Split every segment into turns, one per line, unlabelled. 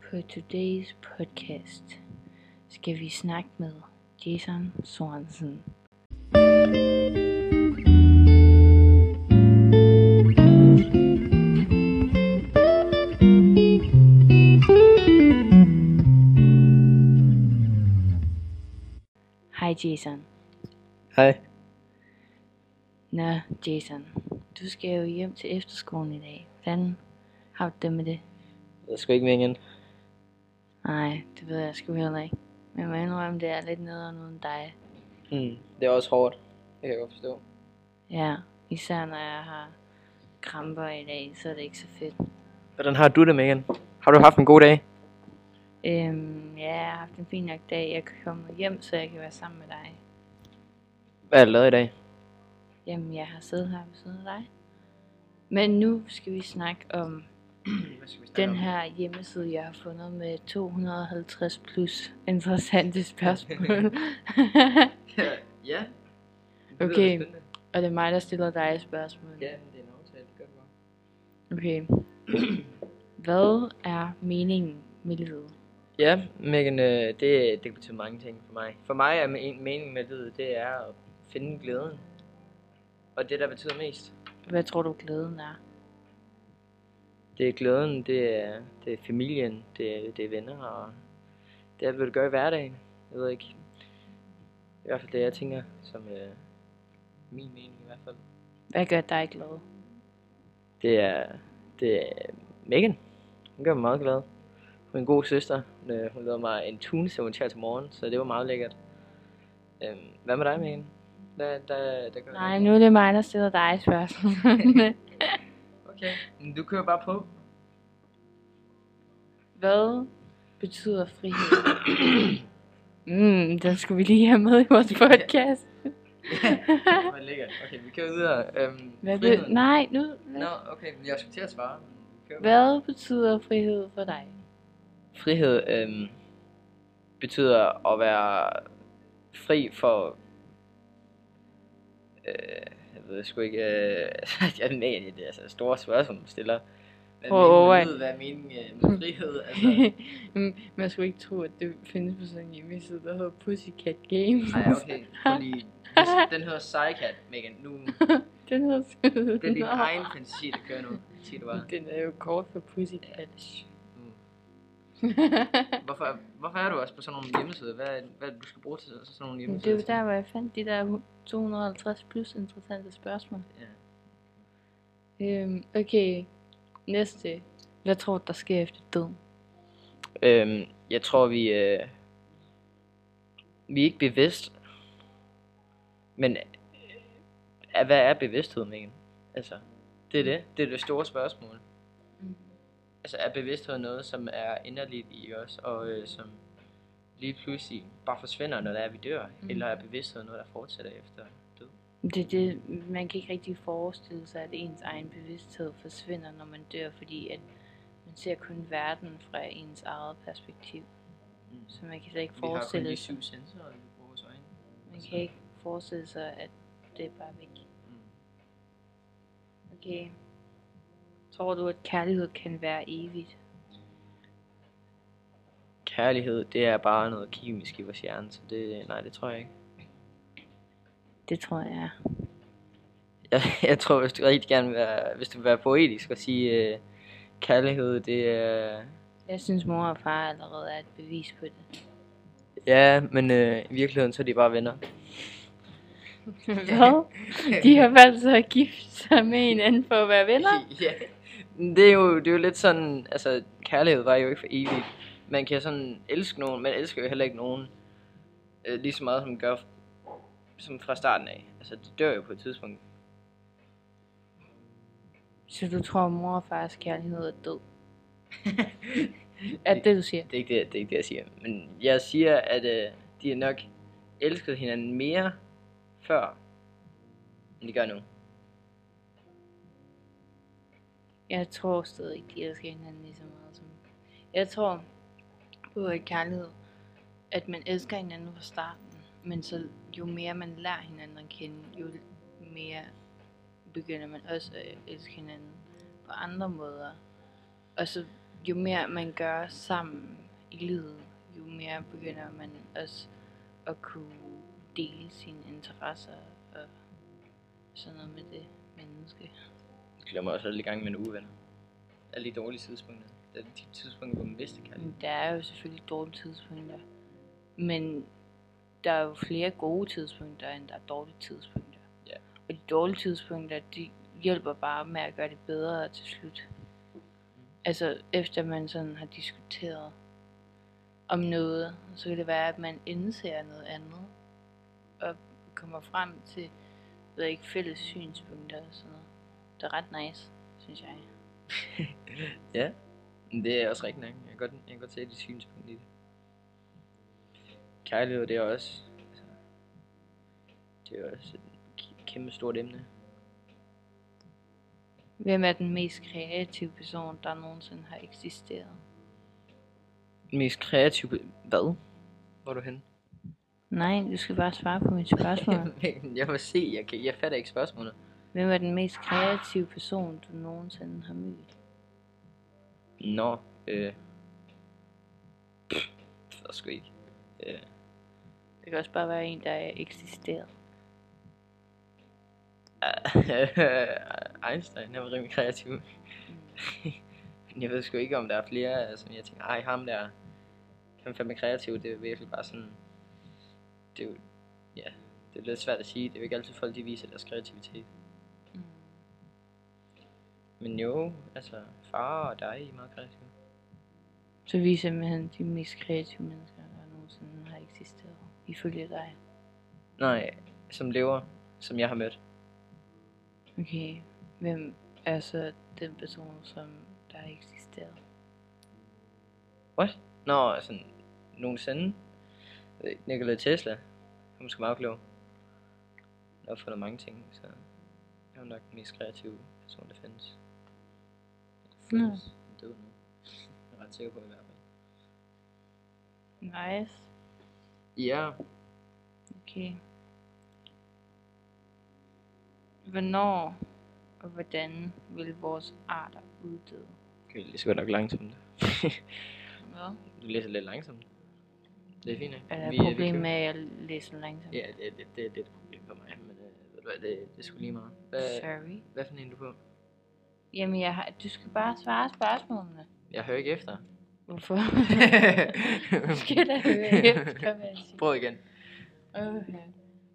På Todays podcast skal vi snakke med Jason Sorensen. Hej Jason.
Hej.
Nå, Jason. Du skal jo hjem til efterskolen i dag. Hvordan har du det med det?
Jeg skal ikke med igen.
Nej, det ved jeg sgu heller ikke. Men jeg må indrømme, det er lidt nederen uden dig.
Mm. Det er også hårdt. Det kan jeg godt forstå.
Ja, især når jeg har kramper i dag, så er det ikke så fedt.
Hvordan har du det med igen? Har du haft en god dag?
Øhm, ja, jeg har haft en fin nok dag. Jeg kan komme hjem, så jeg kan være sammen med dig.
Hvad har du lavet i dag?
Jamen, jeg har siddet her ved siden af dig. Men nu skal vi snakke om den her hjemmeside, jeg har fundet med 250 plus interessante spørgsmål.
Ja. ja.
lyder Okay. spændende. Og det er mig, der stiller dig et spørgsmål.
det er en aftale. Det gør det bare.
Okay. Hvad er meningen med livet?
Ja, Megan, øh, det, det kan betyde mange ting for mig. For mig er en mening med livet, det er at finde glæden. Og det, der betyder mest,
Hvad tror du glæden er?
det er glæden, det er, det er familien, det er, det er venner, og det er, hvad du gør i hverdagen. Jeg ved ikke. I hvert fald det, jeg tænker, som øh, min mening i hvert fald.
Hvad gør dig glad?
Det er, det er Megan. Hun gør mig meget glad. Hun er en god søster. Hun, øh, Hun lavede mig en tuneceremoni her til morgen, så det var meget lækkert. Øhm, hvad med dig, Megan? Da, da, da gør
Nej, nu er det mig, der stiller dig et spørgsmål.
Okay. Men du kører bare på.
Hvad betyder frihed? mm, den skulle vi lige have med i vores podcast.
Det var lækkert. Okay, vi kører videre. Øhm,
Hvad be-
friheden.
Nej, nu.
Nå, okay, men jeg skulle til at svare. men vi kører bare.
Hvad betyder frihed for dig?
Frihed øhm, betyder at være fri for... Øh, jeg ved sgu ikke... Øh, jeg er med i det er altså store spørgsmål, man stiller. Hvad
Prøv at overveje.
hvad er meningen øh,
med
frihed?
Mm, Man skulle ikke tro, at det findes på sådan en hjemmeside, der hedder Pussycat Games.
Nej, okay. Prøv lige... Hvis- Den hedder Psycat, Megan. Nu,
Den hedder
det er din
Nå.
egen fantasi, der kører nu. Sig det bare.
Den er jo kort for Pussycat.
Mm. Hvorfor, hvorfor er du også på sådan nogle hjemmesider? Hvad, er- hvad er det, du skal bruge til sådan nogle
Men det er
hjemmesider?
jo der, hvor jeg fandt de der 250 plus interessante spørgsmål.
Ja.
Øhm, okay, næste. Hvad tror du, der sker efter døden?
Øhm, jeg tror, vi, øh, vi er ikke bevidst. Men øh, hvad er bevidsthed, Mikkel? Altså, det er det. Det er det store spørgsmål.
Mm-hmm.
Altså, er bevidsthed noget, som er inderligt i os, og øh, som lige pludselig bare forsvinder, når det er, vi dør?
Mm.
Mm. Eller er bevidsthed noget, der fortsætter efter død?
Det, er det, man kan ikke rigtig forestille sig, at ens egen bevidsthed forsvinder, når man dør, fordi at man ser kun verden fra ens eget perspektiv.
Mm.
Så man kan slet ikke
Vi har kun
forestille
de
sig,
syv sensorer, vi bruger vores øjne.
man kan ikke forestille sig, at det er bare væk.
Mm.
Okay. Tror du, at kærlighed kan være evigt?
Kærlighed, det er bare noget kemisk i vores hjerne, så det, nej, det tror jeg ikke.
Det tror jeg.
Jeg, jeg tror, hvis du rigtig gerne vil være, hvis du vil være poetisk og sige, øh, kærlighed, det er...
Jeg synes, mor og far allerede er et bevis på det.
Ja, men øh, i virkeligheden, så er de bare venner.
Hvad? De har valgt så at gifte sig med hinanden for at være venner?
ja. Det er, jo, det er jo lidt sådan, altså kærlighed var jo ikke for evigt. Man kan sådan elske nogen, man elsker jo heller ikke nogen øh, lige så meget, som man gør som fra starten af. Altså, det dør jo på et tidspunkt.
Så du tror, at mor og fars kærlighed er død? Er det det, du siger?
Det er ikke det, det, er ikke det jeg siger. Men jeg siger, at øh, de har nok elsket hinanden mere før, end de gør nu.
Jeg tror stadig ikke, de elsker hinanden lige så meget som... Jeg tror på at kærlighed, at man elsker hinanden fra starten, men så jo mere man lærer hinanden at kende, jo mere begynder man også at elske hinanden på andre måder. Og så jo mere man gør sammen i livet, jo mere begynder man også at kunne dele sine interesser og sådan noget med det menneske.
Jeg glemmer også alle de gange, man er uvenner. Alle de dårlige tidspunkter. Det er de tidspunkter, hvor man vidste kan.
Men Der er jo selvfølgelig dårlige tidspunkter, men der er jo flere gode tidspunkter, end der er dårlige tidspunkter.
Ja.
Og de dårlige tidspunkter, de hjælper bare med at gøre det bedre til slut. Altså efter man sådan har diskuteret om noget, så kan det være, at man indser noget andet, og kommer frem til, ved jeg ikke, fælles synspunkter og sådan noget. Det er ret nice, synes jeg.
Ja. Men det er også rigtigt nok. Jeg kan godt, jeg kan godt se dit synspunkt i det. Kærlighed, det er også... Altså, det er også et k- kæmpe stort emne.
Hvem er den mest kreative person, der nogensinde har eksisteret?
Mest kreativ... Hvad? Hvor er du henne?
Nej, du skal bare svare på mit spørgsmål.
jeg må se, jeg, kan, jeg fatter ikke spørgsmålet.
Hvem er den mest kreative person, du nogensinde har mødt?
Nå, øh... pff, Det er sgu ikke. Øh,
Det kan også bare være en, der er eksisteret.
Einstein, han var rimelig kreativ. Men jeg ved sgu ikke, om der er flere, som jeg tænker, ej, ham der, han er fandme kreativ, det er virkelig bare sådan, det er jo, ja, det er lidt svært at sige, det er jo ikke altid folk, de viser deres kreativitet.
Mm.
Men jo, altså, far og dig er meget kreative.
Så vi er simpelthen de mest kreative mennesker, der nogensinde har eksisteret. Ifølge dig.
Nej, som lever, som jeg har mødt.
Okay, hvem er så den person, som der har eksisteret?
What? Nå, sådan, nogensinde, Jeg ved ikke, Nikola Tesla, han er måske meget klog. Han har opfundet mange ting, så han er nok den mest kreative person, der findes.
Nå.
findes. Ja. Det nu. Jeg er ret sikker på i hvert fald.
Nice.
Ja,
Okay. Hvornår og hvordan vil vores arter uddøde?
okay, lige så godt nok langsomt.
Hvad?
Du læser lidt langsomt. Det er fint, ikke?
Er der
Vi-
et
vi
problem
kører.
med, at jeg læser langsomt?
Ja, det, det, det, det er et problem for mig, men øh, ved du hvad, det, det er sgu lige meget. Hvad,
Sorry.
hvad for en er du på?
Jamen, jeg har, du skal bare svare spørgsmålene.
Jeg hører ikke efter.
Hvorfor? Du skal da høre efter, hvad jeg siger.
Prøv igen.
Okay.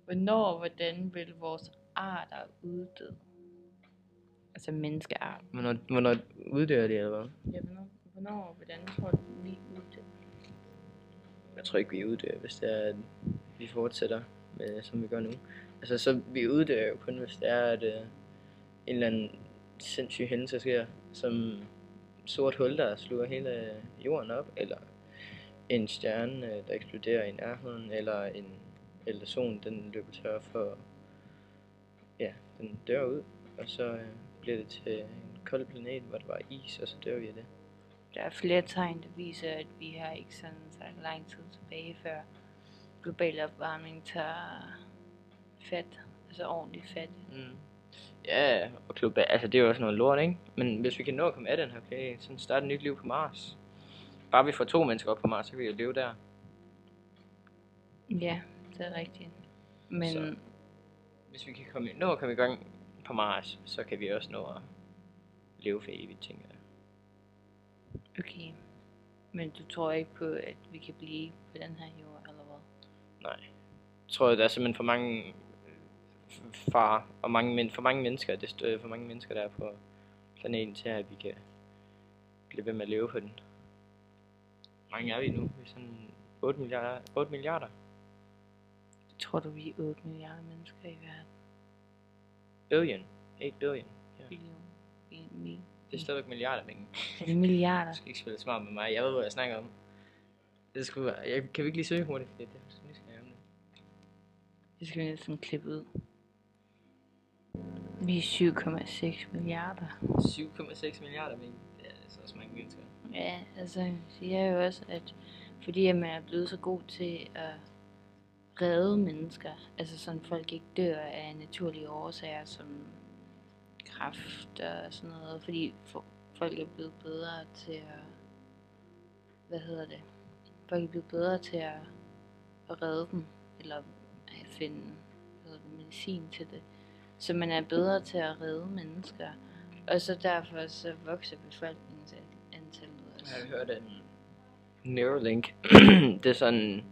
Hvornår og hvordan vil vores arter uddøde? Altså menneskeart.
Hvornår, hvornår uddør det, eller hvad?
Ja, hvornår, hvornår og hvordan tror du, vi uddøde?
Jeg tror ikke, vi uddør, hvis det er, at vi fortsætter, med, som vi gør nu. Altså, så vi uddør jo kun, hvis det er, at øh, en eller anden sindssyg hændelse sker, som sort hul, der sluger hele øh, jorden op, eller en stjerne, øh, der eksploderer i nærheden, eller en eller solen, den løber tør for, ja, den dør ud, og så øh, bliver det til en kold planet, hvor der var is, og så dør vi af det.
Der er flere tegn, der viser, at vi har ikke sådan så lang tid tilbage, før global opvarmning tager fat. Altså ordentligt fat.
Mm. Ja, og global, altså det er jo også noget lort, ikke? Men hvis vi kan nå at komme af den her plage, så starte et nyt liv på Mars. Bare vi får to mennesker op på Mars, så kan vi jo leve der.
Ja, det er rigtigt. Men...
Så- Hvis vi kan komme, nå at komme i gang på Mars, så kan vi også nå at leve for evigt, tænker jeg.
Okay. Men du tror ikke på, at vi kan blive på den her jord, eller hvad?
Nej. Jeg tror, der er simpelthen for mange øh, far og mange, men, for mange mennesker, det stø- for mange mennesker, der er på planeten til, at vi kan blive ved med at leve på den. Hvor mange er vi nu? Vi er sådan 8 milliarder. 8 milliarder.
Tror du, vi er 8 milliarder mennesker i verden?
Billion. 8 billion. Ja.
Billion. En mi-
Det er stadigvæk milliarder penge.
Er det milliarder?
Du skal ikke spille smart med mig. Jeg ved, hvad jeg snakker om. Det skulle være... Jeg, kan vi ikke lige søge hurtigt? Det, det, det skal jeg om det.
Det skal vi næsten klippe ud. Vi er 7,6 milliarder.
7,6 milliarder penge. Det er altså også mange mennesker.
Ja, altså jeg siger jo også, at fordi at man er blevet så god til at redde mennesker, altså sådan folk ikke dør af naturlige årsager som kræft og sådan noget, fordi fo- folk er blevet bedre til at hvad hedder det, hvor I blive bedre til at, at redde dem, eller at finde hvad hedder det, medicin til det. Så man er bedre til at redde mennesker, og så derfor så vokser befolkningsantallet
Jeg har
også.
hørt, at Neuralink, det er sådan en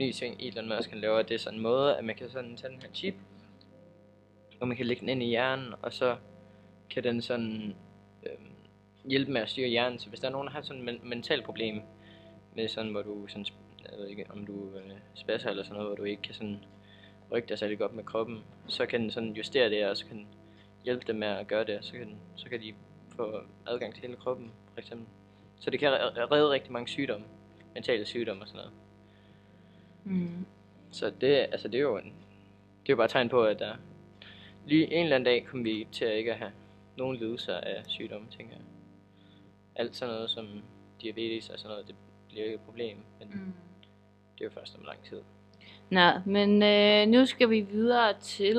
ny ting, Elon Musk han laver. Det er sådan en måde, at man kan sådan tage den her chip, og man kan lægge den ind i hjernen, og så kan den sådan øhm, hjælpe med at styre hjernen. Så hvis der er nogen, der har sådan et men- mentalt problem, med sådan, hvor du sådan, sp- jeg ved ikke, om du øh, spasser eller sådan noget, hvor du ikke kan sådan rykke dig særlig godt med kroppen, så kan den sådan justere det, og så kan den hjælpe dem med at gøre det, og så kan, den, så kan de få adgang til hele kroppen, for eksempel. Så det kan re- redde rigtig mange sygdomme, mentale sygdomme og sådan noget.
Mm.
Så det, altså det er jo, en, det er jo bare et tegn på, at der lige en eller anden dag kommer vi til at ikke at have nogen lidelser af sygdomme, tænker jeg. Alt sådan noget som diabetes og sådan noget, det bliver ikke et problem, men mm.
Mm.
det er jo først om lang tid.
Nå, men øh, nu skal vi videre til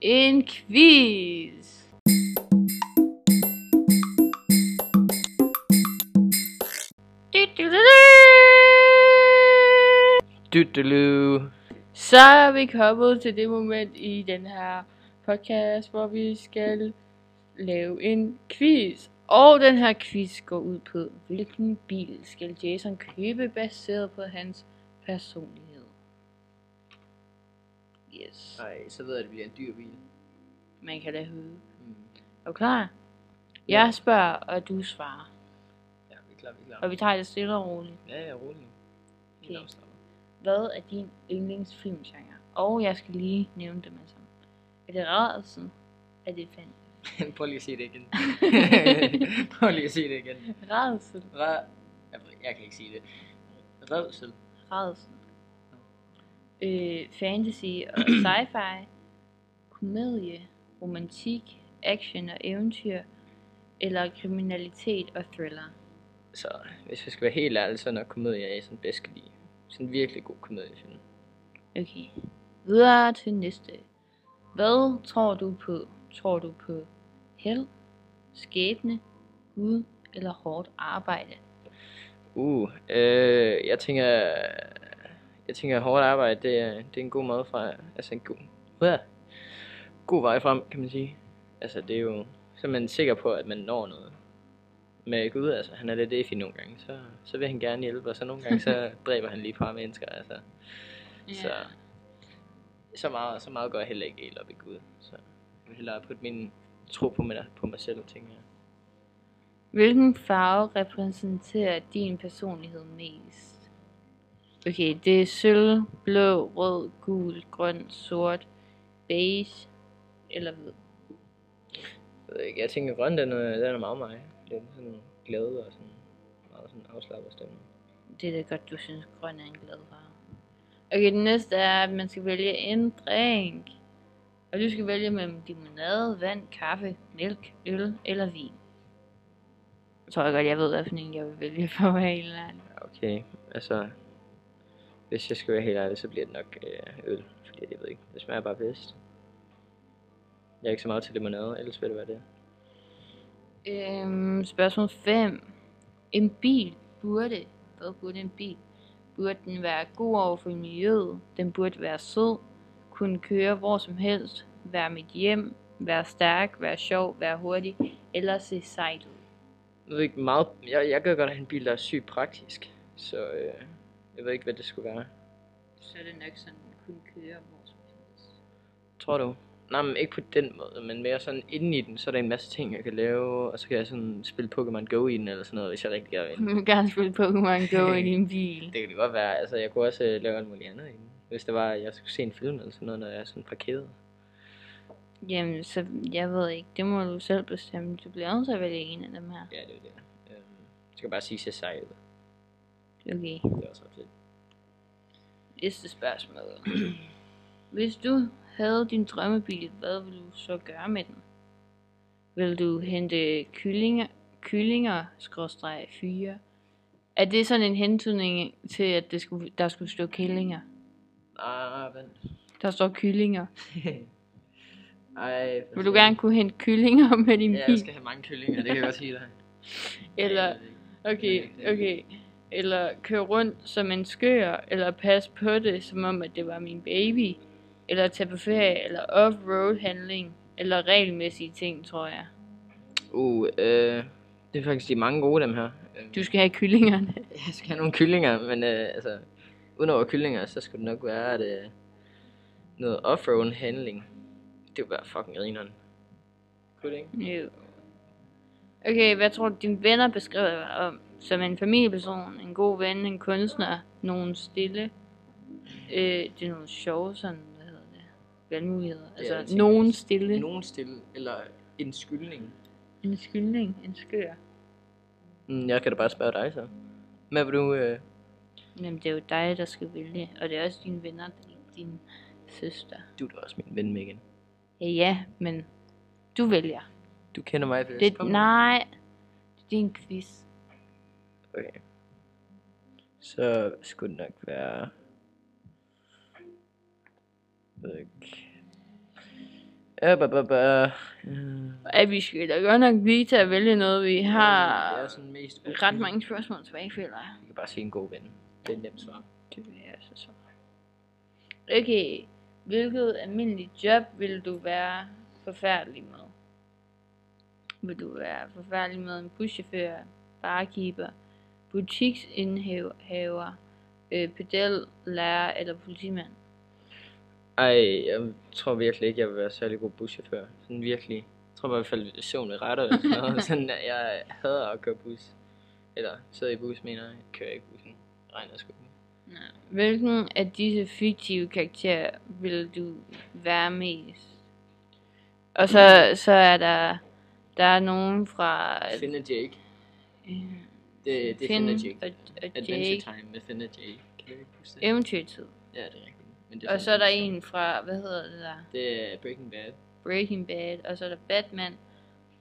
en quiz.
Dudulu.
Så er vi kommet til det moment i den her podcast, hvor vi skal lave en quiz. Og den her quiz går ud på, hvilken bil skal Jason købe baseret på hans personlighed. Yes.
Nej, så ved jeg, at det bliver en dyr bil.
Man kan da høre.
Mm.
Er du klar?
Ja.
Jeg spørger, og du svarer.
Ja, vi er klar, vi er klar.
Og vi tager det stille og roligt.
Ja, ja, rolig nu.
Helt Okay. Hvad er din yndlingsfilmgenre? Og jeg skal lige nævne dem alle sammen. Er det rædsel? Er det fantasy?
Prøv lige at sige det igen. Prøv lige at sige det igen.
Rædsel.
Ra- jeg, ved- jeg kan ikke sige det. Rødsel.
Rædsel. Øh, fantasy og sci-fi. Komedie. Romantik. Action og eventyr. Eller kriminalitet og thriller.
Så hvis vi skal være helt ærlige, så er nok komedier, jeg sådan bedst kan lide. Sådan en virkelig god komediefilm.
Okay. Videre til næste. Hvad tror du på? Tror du på held, skæbne, Gud eller hårdt arbejde?
Uh, øh, jeg tænker, jeg tænker at hårdt arbejde, det er, det er en god måde fra, altså en god, ja, god vej frem, kan man sige. Altså det er jo, så er man sikker på, at man når noget. Med Gud, altså, han er lidt effig nogle gange, så, så vil han gerne hjælpe, og så nogle gange, så dræber han lige et par mennesker, altså. Så, så, meget, så meget går jeg heller ikke helt op i Gud. Så jeg vil hellere putte min tro på mig, på mig selv, tænker jeg.
Hvilken farve repræsenterer din personlighed mest? Okay, det er sølv, blå, rød, gul, grøn, sort, beige eller hvid.
Jeg, ved ikke, jeg tænker, grøn, den er, den er meget mig. Den er sådan glæde og sådan meget sådan afslappet stemning.
Det er da godt, du synes, grøn er en glad farve. Okay, det næste er, at man skal vælge en drink. Og du skal vælge mellem limonade, vand, kaffe, mælk, øl eller vin. Jeg tror godt, jeg ved, hvad for en jeg vil vælge for at være helt ærlig.
Ja, Okay, altså... Hvis jeg skal være helt ærlig, så bliver det nok øh, øl. Fordi jeg ved ikke, det smager bare bedst. Jeg er ikke så meget til limonade, ellers vil det være det.
Øhm, spørgsmål 5. En bil burde, hvad burde en bil? Burde den være god over for miljøet? Den burde være sød, kunne køre hvor som helst, være mit hjem, være stærk, være sjov, være hurtig, eller se sejt ud.
Jeg ved ikke meget... Jeg, jeg kan godt have en bil, der er sygt praktisk. Så øh, jeg ved ikke, hvad det skulle være.
Så er det nok sådan, den kunne køre hvor som helst.
Tror du? Nej, men ikke på den måde, men mere sådan inden i den, så er der en masse ting, jeg kan lave, og så kan jeg sådan spille Pokémon Go i den, eller sådan noget, hvis jeg rigtig gerne vil.
Du vil gerne spille Pokémon Go i din bil.
Det kan det godt være, altså jeg kunne også øh, lave alt muligt andet i den, hvis det var, at jeg skulle se en film eller sådan noget, når jeg er sådan parkeret.
Jamen, så jeg ved ikke. Det må du selv bestemme. Du bliver nødt til at vælge en af dem her.
Ja, det er det. Øhm, så kan jeg bare sige, at jeg sejl.
Okay.
Det er også ret fedt.
Næste spørgsmål. Hvis du havde din drømmebil, hvad ville du så gøre med den? Vil du hente kyllinger, kyllinger skråstreg fyre? Er det sådan en hentydning til, at det skulle, der skulle stå kællinger?
Ah, vent.
Der står kyllinger.
Ej,
Vil du gerne kunne hente kyllinger med din
Ja, jeg
bil?
skal have mange kyllinger, det kan jeg godt sige dig.
Eller, okay, okay. eller køre rundt som en skør, eller passe på det, som om at det var min baby, eller tage på ferie, eller off-road handling, eller regelmæssige ting, tror jeg.
Uh, øh, det er faktisk de mange gode, dem her. Øhm,
Du skal have kyllingerne.
Jeg skal have nogle kyllinger, men øh, altså, udover kyllinger, så skulle det nok være at, øh, noget offroad handling. Det ville være fucking grineren. Kunne det ikke?
Jo. Okay, hvad tror du, dine venner beskriver dig om? Som en familieperson, en god ven, en kunstner, nogen stille. Øh, det er nogle sjove sådan, hvad hedder det? Valgmuligheder.
Ja, jeg
Altså,
tænker
nogen
også.
stille.
Nogen stille, eller en skyldning.
En skyldning, en skør.
Mm, jeg kan da bare spørge dig så. Hvad vil du... Øh,
Jamen, det er jo dig, der skal vælge. Og det er også dine venner, det er ikke din søster.
du er da også min ven, Megan.
Ja, ja, men du vælger.
Du kender mig bedst.
Det,
Kom nu.
nej, det er en quiz.
Okay. Så skulle det nok være... Jeg ved ikke. Ja, ba, ba, ba. Øh,
Ja, vi skal da godt nok lige til at vælge noget, vi har
Det er sådan mest
ret mange spørgsmål tilbage, føler jeg.
Jeg kan bare sige en god ven. Det er et nemt svar.
Det vil jeg altså svare. Okay, hvilket almindeligt job vil du være forfærdelig med? Vil du være forfærdelig med en buschauffør, barkeeper, butiksindhaver, øh, pedel, lærer eller politimand?
Ej, jeg tror virkelig ikke, jeg vil være særlig god buschauffør. Sådan virkelig. Jeg tror bare, jeg faldt i søvn ved retter eller sådan noget. sådan, at jeg hader at køre bus. Eller sidde i bus, mener jeg. Kører ikke bussen. Regner sgu.
Hvilken af disse fiktive karakterer vil du være mest? Og så, så er der, der er nogen fra...
Finn og Jake.
Øh,
Det, det er Finn
Finn
og Jake.
og, og
Adventure
Jake.
Time med Finn og Jake. Kan du ikke huske det?
Eventyrtid.
Ja, det er rigtigt. Men det
Øhm. Og så er der
sådan,
en fra, hvad hedder det der?
Det er Breaking Bad.
Breaking Bad. Og så er der Batman.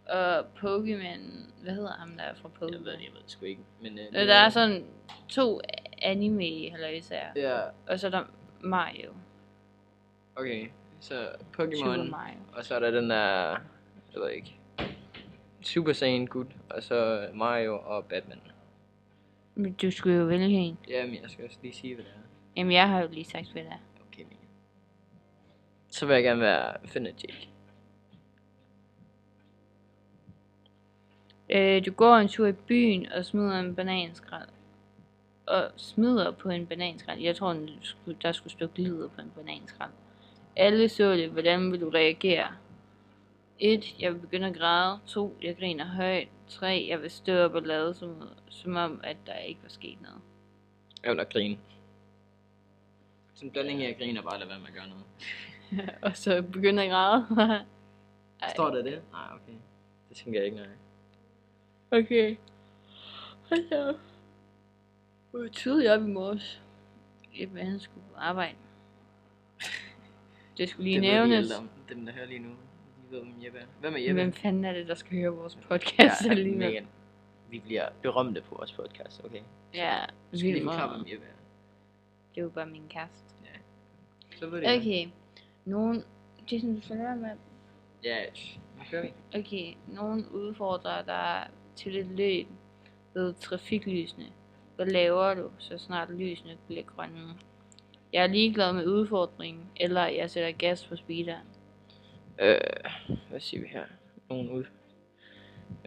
Og Pokémon. Hvad hedder ham der er fra
Jeg ved, det,
Pokémon?
jeg ved det sgu ikke. Men, øh,
Og Der er sådan to anime, eller især.
Ja,
Og så er der Mario.
okay. Så
Super
Pokémon.
Mario.
Og så er der den der, jeg ved ikke, Super Saiyan Gud, og så Mario og Batman.
Men du skulle jo vælge en.
Jamen, jeg skal også lige sige, hvad det er.
Jamen, jeg har jo lige sagt, hvad det er.
Okay, Mia. Så vil jeg gerne være Finn og Jake.
Øh, du går en tur i byen og smider en bananskrald. Og smider på en bananskrald. Jeg tror, den skulle- der skulle stå glider på en bananskrald. Alle så det. Hvordan vil du reagere? 1. Jeg vil begynde at græde. 2. Jeg griner højt. 3. Jeg vil stå op og lade som, som om, at der ikke var sket noget.
Jeg vil nok grine. Sådan en blanding af, jeg griner bare, lad være med at gøre noget.
og så begynde at græde. Ej.
Står der det? Nej, okay. Det tænker jeg ikke, nej.
okay. Hold da op. Jeg var tidligt op i morges. Et andet skulle på arbejde. Det skulle lige
det ved
nævnes.
alle om, dem der hører lige nu. De ved, hvem Jeppe er. Hvem er Jeppe?
Hvem fanden er det, der skal høre vores podcast ja, lige nu?
Megan. Vi bliver berømte på vores podcast, okay?
Ja,
Så skal vi
vildt
forklare, hvem
meget.
Jeppe er.
Det er jo bare min kæreste.
Så ved de det.
Okay. Nogen... Det er sådan, du skal lade være med
Ja, shh. nu kører vi.
Okay, nogen udfordrer dig til et løb ved trafiklysene. Hvad laver du, så snart lysene bliver grønne? Jeg er ligeglad med udfordringen, eller jeg sætter gas på speederen.
Øh, hvad siger vi her? Nogen ud.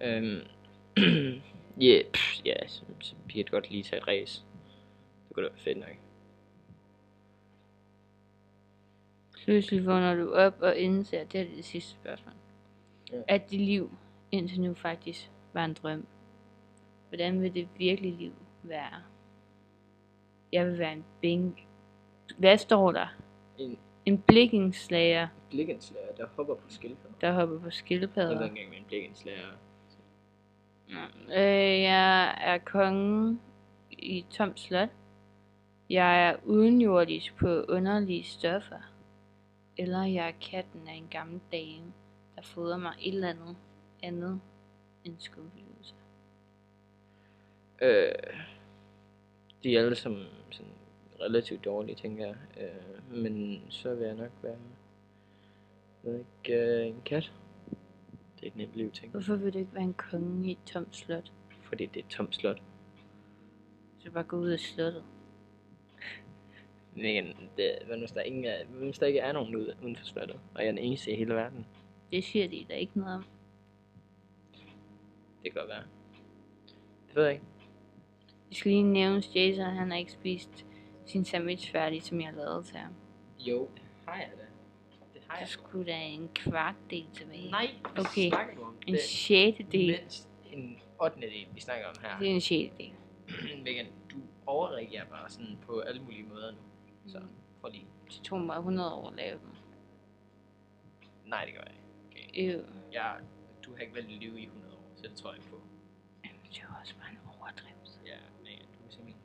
Øhm, yeah, pff, ja, så, så bliver det godt lige tage et race. Det kunne da være fedt nok.
Pludselig vågner du op og indser, det er det sidste spørgsmål,
Ja.
at dit liv indtil nu faktisk var en drøm. Hvordan vil det virkelige liv være? Jeg vil være en bing... Hvad står der?
En
En blikkenslager,
blikkenslager, der hopper på skildpadder.
der hopper på
Jeg ved
skildpadder.
ikke engang, hvad en blikkenslager er.
Øh, jeg er konge i Tom Slot. Jeg er udenjordisk på underlige stoffer. Eller jeg er katten af en gammel dame, der fodrer mig et eller andet andet end skumfiduser.
Øh, de er alle sammen sådan relativt dårlige, tænker jeg. Øh, men så vil jeg nok være jeg ved ikke, øh, en kat. Det er et nemt liv, tænker jeg.
Hvorfor vil du ikke være en konge i et tomt slot?
Fordi det er et tomt slot.
Så bare gå ud af slottet.
Men det, men hvis, der ingen er, men hvis der ikke er nogen ude, uden for slottet, og jeg er den eneste i hele verden,
Det siger de da ikke noget om.
det kan godt være. Det ved jeg ikke.
Jeg skal lige nævne, Jason han har ikke spist sin sandwich færdig, som jeg lavede til ham.
Jo, det har jeg da. Det har
Der skulle da en kvart del tilbage.
Nej, hvad
Okay.
snakker du om?
en
det
sjette
er
del.
mindst en 8. del, vi snakker om her.
Det er en sjette del.
Megan, du overreagerer bare sådan på alle mulige måder nu. Så
Mm.
prøv lige.
Det tog mig 100 år at lave dem.
Nej, det gør jeg ikke. Okay.
Øh,
Jeg, du har ikke valgt at leve i 100 år, så det tror jeg ikke på.
det var også bare en overdrivelse.
Ja, Megan, du er simpelthen...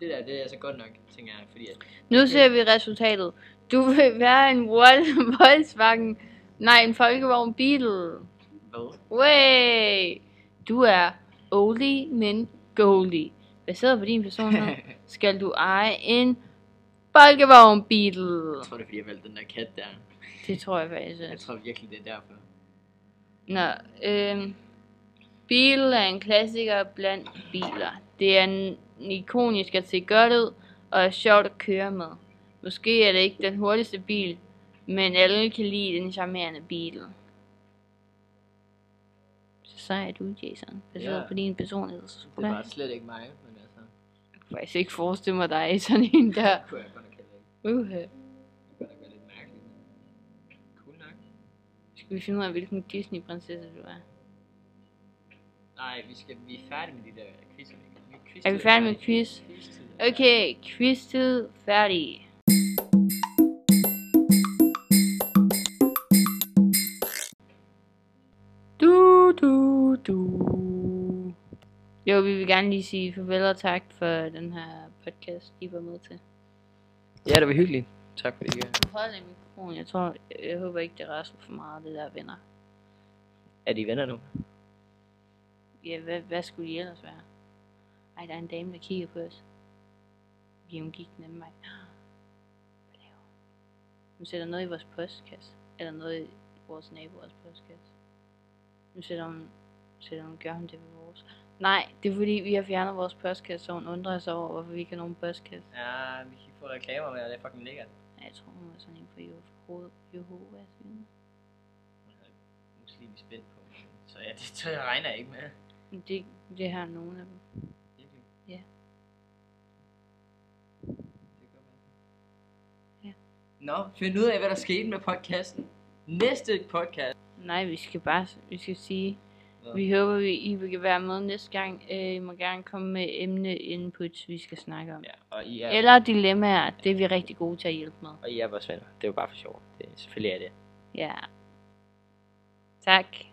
Det der, det er altså godt nok, tænker jeg, fordi at...
Nu ser vi resultatet. Du vil være en Vol- Volkswagen. Nej, en Folkevogn Beetle.
Hvad?
Way! Du er oldie, men goalie. Baseret på din personlighed skal du eje en Folkevogn Beetle.
jeg tror, det er fordi, jeg valgte den der kat der.
Det tror jeg faktisk.
Jeg
også.
tror virkelig, det er derfor.
Nå, øhm, bil er en klassiker blandt biler. Det er en ikonisk at se godt ud, og er sjovt at køre med. Måske er det ikke den hurtigste bil, men alle kan lide den charmerende bil. Så sej er du, Jason. Baseret
Ja.
på din personlighed. Så
Det
skulle
var
jeg
slet ikke mig, men altså... Det
faktisk ikke forestille mig dig i sådan en der.
kunne jeg godt nok heller
Uh,
ikke. Det kunne godt nok være lidt mærkeligt. men Cool nok.
skal vi finde ud af, hvilken Disney-prinsesse du er?
Nej, vi, skal, vi er færdige med de der quizzer. Vi quiz
Er vi færdige med quiz? Okay, quiz-tid færdig. Du, du, du. Jo, vi vil gerne lige sige farvel og tak for den her podcast, I var med til.
Ja, det var hyggeligt. Tak for det.
Hold i mikrofonen, jeg tror, jeg håber ikke, det rasler for meget, det der venner.
Er de venner nu?
Ja, hvad, hvad skulle de ellers være? Ej, der er en dame, der kigger på os. Vi omgik den anden vej. Hvad laver hun? Hun sætter noget i vores postkasse. Eller noget i vores naboers postkasse. Nu sætter hun, sætter hun, gør hun det ved vores. Nej, det er fordi, vi har fjernet vores postkasse, så hun undrer sig over, hvorfor vi ikke har nogen postkasse.
Ja, vi kan få reklamer med, og det er fucking lækkert.
Ja, jeg tror, hun var sådan en for Jeho- Jehovas vidner.
Hun havde muslimsk spændt på. Så ja, det tror jeg regner jeg ikke med.
Men det, det har nogen af dem.
Virkelig.
Ja.
Det kan godt være.
Ja.
Nå, find ud af, hvad der skete med podcasten. Næste podcast.
Nej, vi skal bare vi skal sige,
Hvad?
Vi håber, vi, I vil være med næste gang. Øh, I må gerne komme med emne inputs, vi skal snakke om.
Ja, og I er,
Ja. Eller dilemmaer, det er vi rigtig gode til at hjælpe med.
og I er vores venner. Det er jo bare for sjov. Det, selvfølgelig er det.
Ja. Tak.